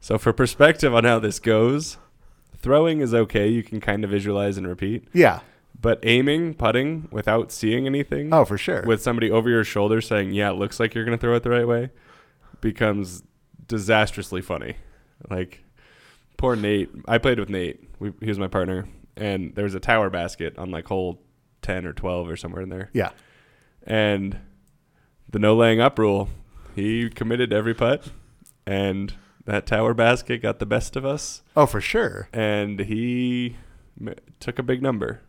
B: So for perspective on how this goes, throwing is okay. You can kind of visualize and repeat,
A: Yeah.
B: but aiming, putting without seeing anything
A: Oh, for sure.
B: with somebody over your shoulder saying, "Yeah, it looks like you're going to throw it the right way," becomes disastrously funny. Like poor Nate. I played with Nate. We, he was my partner, and there was a tower basket on like hole ten or twelve or somewhere in there,
A: yeah.
B: and the no laying up rule. He committed to every putt, and that tower basket got the best of us,
A: Oh, for sure.
B: and he m- took a big *laughs* number.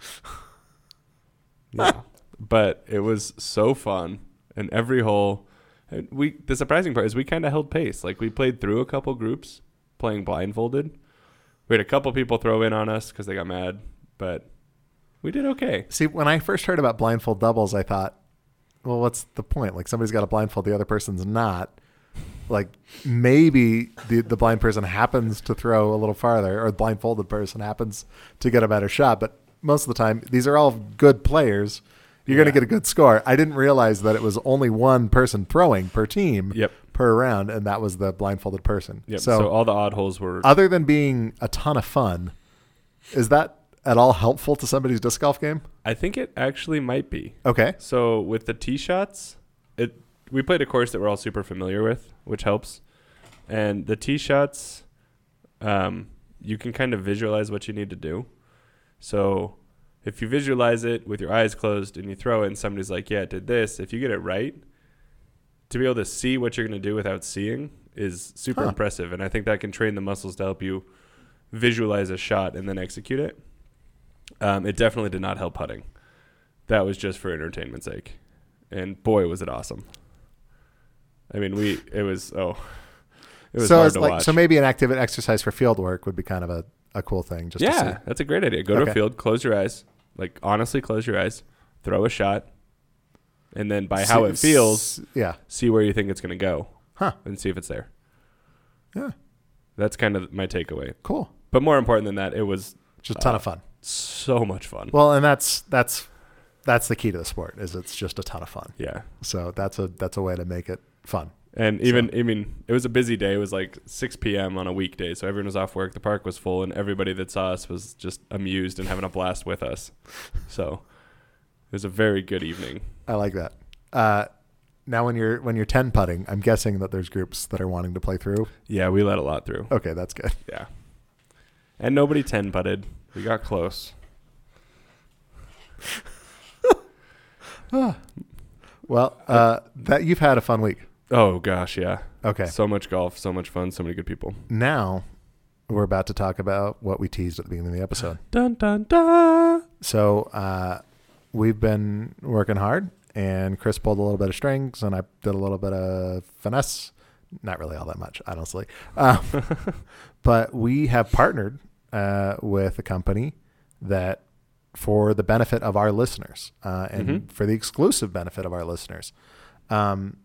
B: yeah. But it was so fun. And every hole, And We the surprising part is we kind of held pace. Like we played through a couple groups playing blindfolded. We had a couple people throw in on us because they got mad, but we did okay.
A: See, when I first heard about blindfold doubles, I thought, well, what's the point? Like somebody's got a blindfold, the other person's not. Like maybe the, the blind person happens to throw a little farther, or the blindfolded person happens to get a better shot. But most of the time, these are all good players. You're going
B: Yeah.
A: to get a good score. I didn't realize that it was only one person throwing per team
B: Yep.
A: per round, and that was the blindfolded person.
B: Yep. So, all the odd holes were
A: other than being a ton of fun, is that at all helpful to somebody's disc golf game?
B: I think it actually might be.
A: Okay.
B: So with the tee shots, it we played a course that we're all super familiar with, which helps. And the tee shots, um, you can kind of visualize what you need to do. So if you visualize it with your eyes closed and you throw it, and somebody's like, "Yeah, it did this," if you get it right, to be able to see what you're going to do without seeing is super
A: Huh.
B: impressive. And I think that can train the muscles to help you visualize a shot and then execute it. Um, it definitely did not help putting. That was just for entertainment's sake, and boy, was it awesome. I mean, we it was oh, it was
A: so
B: hard
A: it's
B: to
A: like
B: watch.
A: so maybe an active exercise for field work would be kind of a, a cool thing just to
B: yeah,
A: see.
B: that's a great idea. Go to a
A: Okay.
B: field, close your eyes, like honestly, close your eyes, throw a shot, and then by how
A: See-
B: it feels,
A: s- Yeah.
B: see where you think it's going to go,
A: Huh.
B: and see if it's there.
A: Yeah.
B: That's kind of my takeaway.
A: Cool.
B: But more important than that, it was
A: Just a ton
B: Uh,
A: of fun.
B: so much fun.
A: Well, and that's that's that's the key to the sport is it's just a ton of fun.
B: yeah,
A: So that's a that's a way to make it fun.
B: And even I mean, it was a busy day. It was like 6 p.m. on a weekday, so everyone was off work. The park was full, and everybody that saw us was just amused and having a blast with *laughs* us. So it was a very good evening.
A: I like that. Uh, now when you're when you're ten putting, I'm guessing that there's groups that are wanting to play through.
B: Yeah, we let a lot through.
A: Okay, that's good.
B: Yeah, and nobody ten putted. We got close.
A: Well, uh, that you've had a fun week.
B: Oh gosh, yeah.
A: Okay.
B: So much golf, so much fun, so many good people.
A: Now we're about to talk about what we teased at the beginning of the episode.
B: Dun dun dun.
A: So uh, we've been working hard, and Chris pulled a little bit of strings, and I did a little bit of finesse. Not really all that much, honestly. Um, but we have partnered uh, with a company that, for the benefit of our listeners uh, and
B: Mhm.
A: for the exclusive benefit of our listeners, um,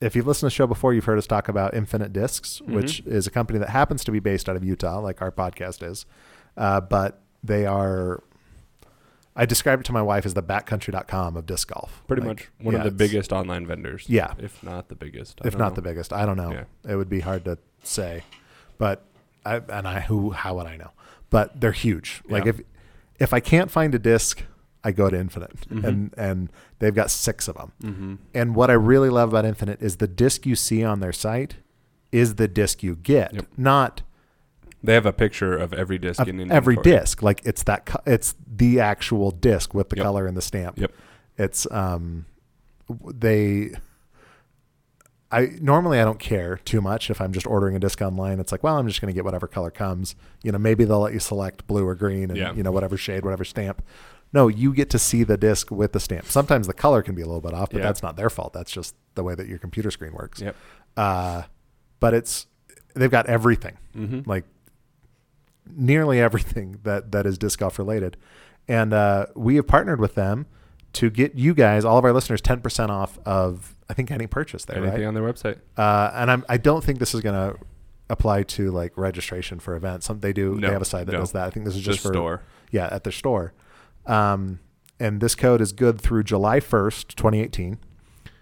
A: if you've listened to the show before, you've heard us talk about Infinite disks which is a company that happens to be based out of Utah, like our podcast is. Uh, but they are, I described it to my wife as the backcountry.com of disc golf.
B: Pretty
A: Like,
B: much one
A: yeah,
B: of the
A: it's-
B: biggest online vendors.
A: Yeah.
B: if not the biggest.
A: if not the biggest. I don't know.
B: Yeah.
A: It would be hard to say, but I, and I who how would I know? But they're huge. Like
B: Yeah.
A: if if I can't find a disc, I go to Infinite, and and they've got six of them.
B: Mm-hmm.
A: And what I really love about Infinite is the disc you see on their site is the disc you get,
B: Yep.
A: not
B: They have a picture of every disc
A: of
B: in inventory.
A: every disc. Like it's that co- it's the actual disc with the
B: Yep.
A: color and the stamp.
B: Yep.
A: It's um w- they I normally I don't care too much if I'm just ordering a disc online. It's like, well, I'm just going to get whatever color comes. You know, maybe they'll let you select blue or green and
B: Yeah.
A: you know whatever shade, whatever stamp. No, you get to see the disc with the stamp. Sometimes the color can be a little bit off, but
B: Yeah.
A: that's not their fault. That's just the way that your computer screen works.
B: Yep.
A: Uh, but it's they've got everything
B: Mm-hmm.
A: like nearly everything that that is disc golf related and uh, we have partnered with them to get you guys all of our listeners 10% off of i think any purchase there
B: Anything
A: right
B: on their website?
A: uh, and I'm, i don't think this is going to apply to like registration for events some they do
B: No,
A: they have a site that
B: no.
A: does that i think this is
B: Just,
A: just, for
B: store.
A: yeah at their store um, and this code is good through july 1st 2018
B: Yep.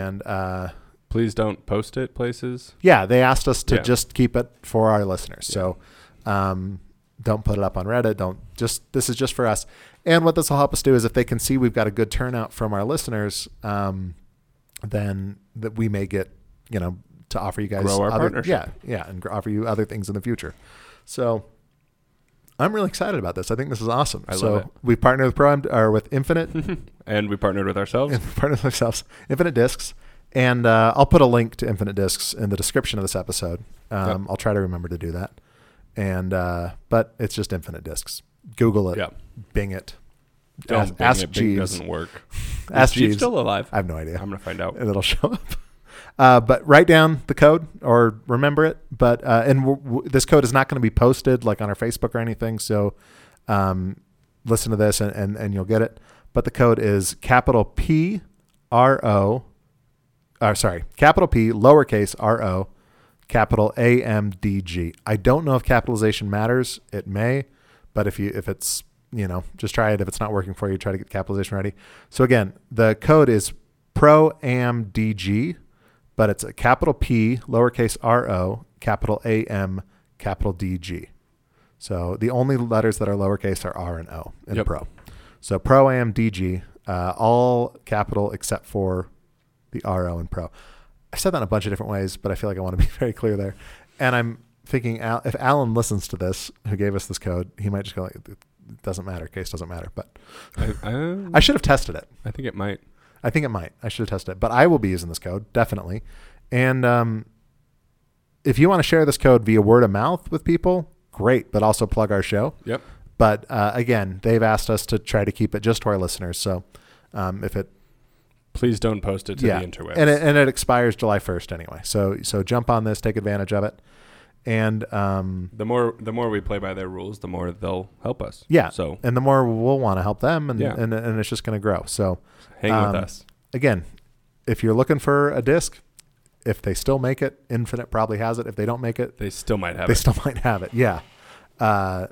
A: and uh,
B: Please don't post it *laughs* places.
A: Yeah, they asked us to
B: Yeah.
A: just keep it for our listeners. So um, don't put it up on Reddit. Don't just this is just for us. And what this will help us do is if they can see we've got a good turnout from our listeners, um, then that we may get you know to offer you guys
B: Grow our
A: other,
B: partnership.
A: Yeah, yeah, and gr- offer you other things in the future. So I'm really excited about this. I think this is awesome.
B: I love
A: so
B: it.
A: we partnered with Prime or with Infinite
B: and we partnered with ourselves.
A: in front of themselves. Infinite Discs. And uh, I'll put a link to Infinite Discs in the description of this episode. Um, I'll try to remember to do that. And uh, but it's just Infinite Discs. Google it.
B: Yeah.
A: Bing it.
B: Don't
A: ask
B: Bing
A: ask
B: it. Bing
A: Jeeves.
B: doesn't work.
A: *laughs* Ask
B: Is Jeeves
A: Jeeves.
B: still alive?
A: I have no idea.
B: I'm gonna find out.
A: And it'll *laughs* show up. Uh, but write down the code or remember it. But uh, and w- w- this code is not going to be posted like on our Facebook or anything. So um, listen to this and, and and you'll get it. But the code is capital P R O. Uh, sorry, capital P, lowercase r o, capital A M D G. I don't know if capitalization matters. It may, but if you if it's you know just try it. If it's not working for you, try to get capitalization ready. So again, the code is pro am DG, but it's a capital P, lowercase r o, capital A M, capital D G. So the only letters that are lowercase are r and o in
B: Yep.
A: pro. So pro am DG, uh, all capital except for the RO and Pro. I've said that in a bunch of different ways, but I feel like I want to be *laughs* very clear there. And I'm thinking Al- if Alan listens to this, who gave us this code, he might just go like, it doesn't matter. Case doesn't matter. But *laughs*
B: I, I,
A: I should have tested it.
B: I think it might.
A: I think it might. I should have tested it. But I will be using this code, definitely. And um, if you want to share this code via word of mouth with people, great. But also plug our show.
B: Yep.
A: But uh, again, they've asked us to try to keep it just to our listeners. So um, if it
B: Please don't post it to
A: Yeah,
B: the interwebs.
A: and it, and it expires July 1st anyway. So so jump on this, take advantage of it, and um,
B: the more the more we play by their rules, the more they'll help us.
A: Yeah.
B: So
A: and the more we'll want to help them, and
B: Yeah.
A: and, and it's just going to grow. So
B: hang
A: Um,
B: with us.
A: again, if you're looking for a disc, if they still make it, Infinite probably has it. If they don't make it,
B: They still might have
A: they
B: it.
A: still *laughs* might have it. Yeah, uh,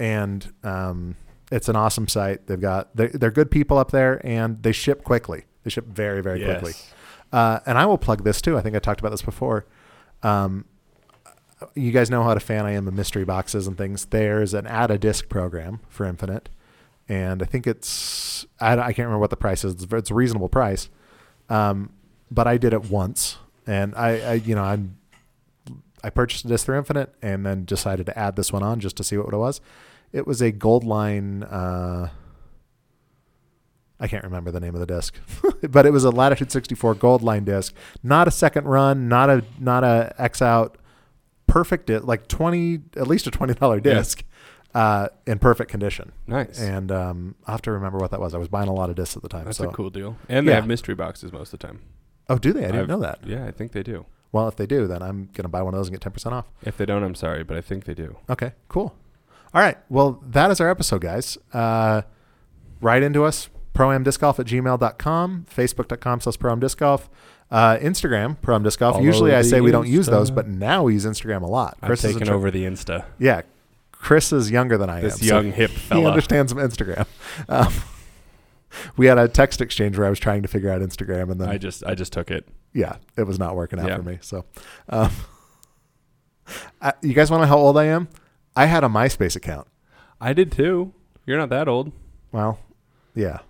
A: and um, it's an awesome site. They've got they're, they're good people up there, and they ship quickly. They ship very very
B: Yes.
A: quickly. Uh, and I will plug this too. I think I talked about this before. Um, you guys know how to fan I am of mystery boxes and things. There's an add a disc program for Infinite, and I think it's I, don't- I can't remember what the price is. It's, it's a reasonable price, um, but I did it once, and I, I you know I'm I purchased a disc through Infinite, and then decided to add this one on just to see what it was. It was a gold line. Uh, I can't remember the name of the disc, *laughs* but it was a Latitude 64 gold line disc. Not a second run, not a not a X out, perfect it like 20 at least a twenty dollar
B: Yeah.
A: disc, uh, in perfect condition.
B: Nice.
A: And um, I have to remember what that was. I was buying a lot of discs at the time.
B: That's
A: so
B: a cool deal. And they
A: Yeah.
B: have mystery boxes most of the time.
A: oh, do they? I didn't
B: I've-
A: know that.
B: Yeah, I think they do.
A: Well, if they do, then I'm gonna buy one of those and get ten percent off.
B: If they don't, I'm sorry, but I think they do.
A: Okay, cool. All right. Well, that is our episode, guys. Uh, write into us, proamdiscgolf at gmail.com, facebook.com slash proamdiscgolf, uh, Instagram, proamdiscgolf.
B: Follow
A: Usually I say
B: the
A: we don't use those,
B: Insta.
A: but now we use Instagram a lot.
B: I've
A: is in
B: taken
A: char-
B: over the Insta.
A: Yeah. Chris is younger than I
B: This
A: am. so
B: young
A: *laughs*
B: hip
A: he
B: fella.
A: understands Instagram. *laughs* Um, we had a text exchange where I was trying to figure out Instagram, and then
B: I just I just took it.
A: yeah, it was not working out
B: Yeah.
A: for me. So, um, *laughs* I, you guys want to know how old I am? I had a MySpace account.
B: I did too. You're not that old.
A: Well, yeah,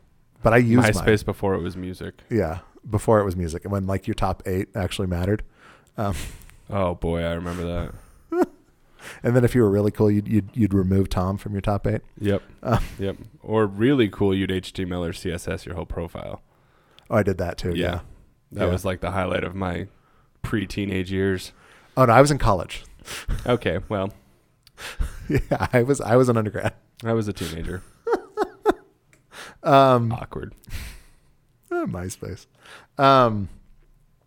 A: but I used MySpace.
B: MySpace before it was music.
A: yeah, before it was music, and when like your top eight actually mattered. Um,
B: Oh boy, I remember
A: *laughs*
B: that.
A: and then if you were really cool, you'd you'd, you'd remove Tom from your top eight.
B: Yep.
A: Uh.
B: yep. Or really cool, you'd HTML or CSS your whole profile.
A: Oh, I did that too. Yeah.
B: Yeah. That
A: Yeah.
B: was like the highlight of my pre-teenage years.
A: Oh no, I was in college. *laughs*
B: Okay, well,
A: yeah, I was I was an undergrad. *laughs*
B: I was a teenager.
A: Um,
B: Awkward. *laughs*
A: eh, MySpace. Um,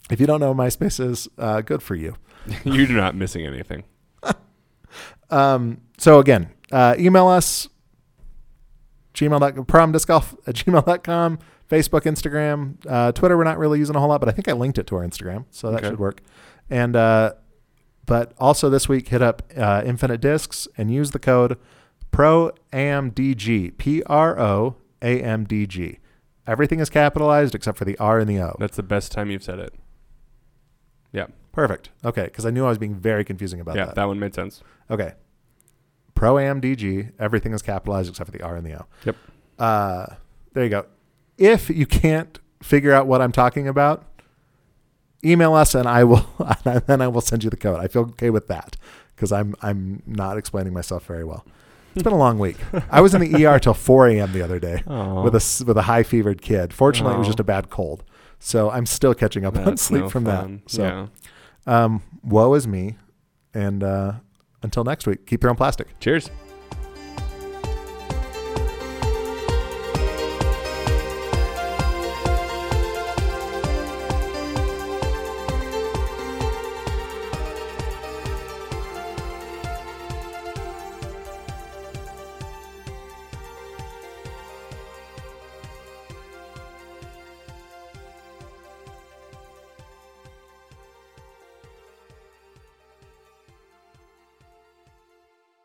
A: if you don't know what MySpace is, uh, good for you.
B: You're not missing anything.
A: Um, so again, uh, email us gmail.com, promdiscgolf at gmail.com, Facebook, Instagram, uh, Twitter. We're not really using a whole lot, but I think I linked it to our Instagram, so that
B: Okay.
A: should work. And, uh, but also this week, hit up uh, Infinite Discs and use the code PROAMDG, P R O A M D G. Everything is capitalized except for the R and the O.
B: That's the best time you've said it. Yeah.
A: Perfect. Okay, because I knew I was being very confusing about
B: yeah,
A: that.
B: that. one made sense.
A: Okay. Pro Am DG. Everything is capitalized except for the R and the O.
B: Yep.
A: Uh, there you go. If you can't figure out what I'm talking about, email us and I will *laughs* and then I will send you the code. I feel okay with that because I'm I'm not explaining myself very well. It's been a long week. I was in the ER till 4 a.m. the other
B: *laughs*
A: day
B: Oh.
A: with a s- with a high fevered kid. Fortunately, it was
B: Aw.
A: just a bad cold, so I'm still catching up on sleep from that. So
B: Yeah.
A: um, woe is me. And uh, until next week, keep your own plastic.
B: Cheers.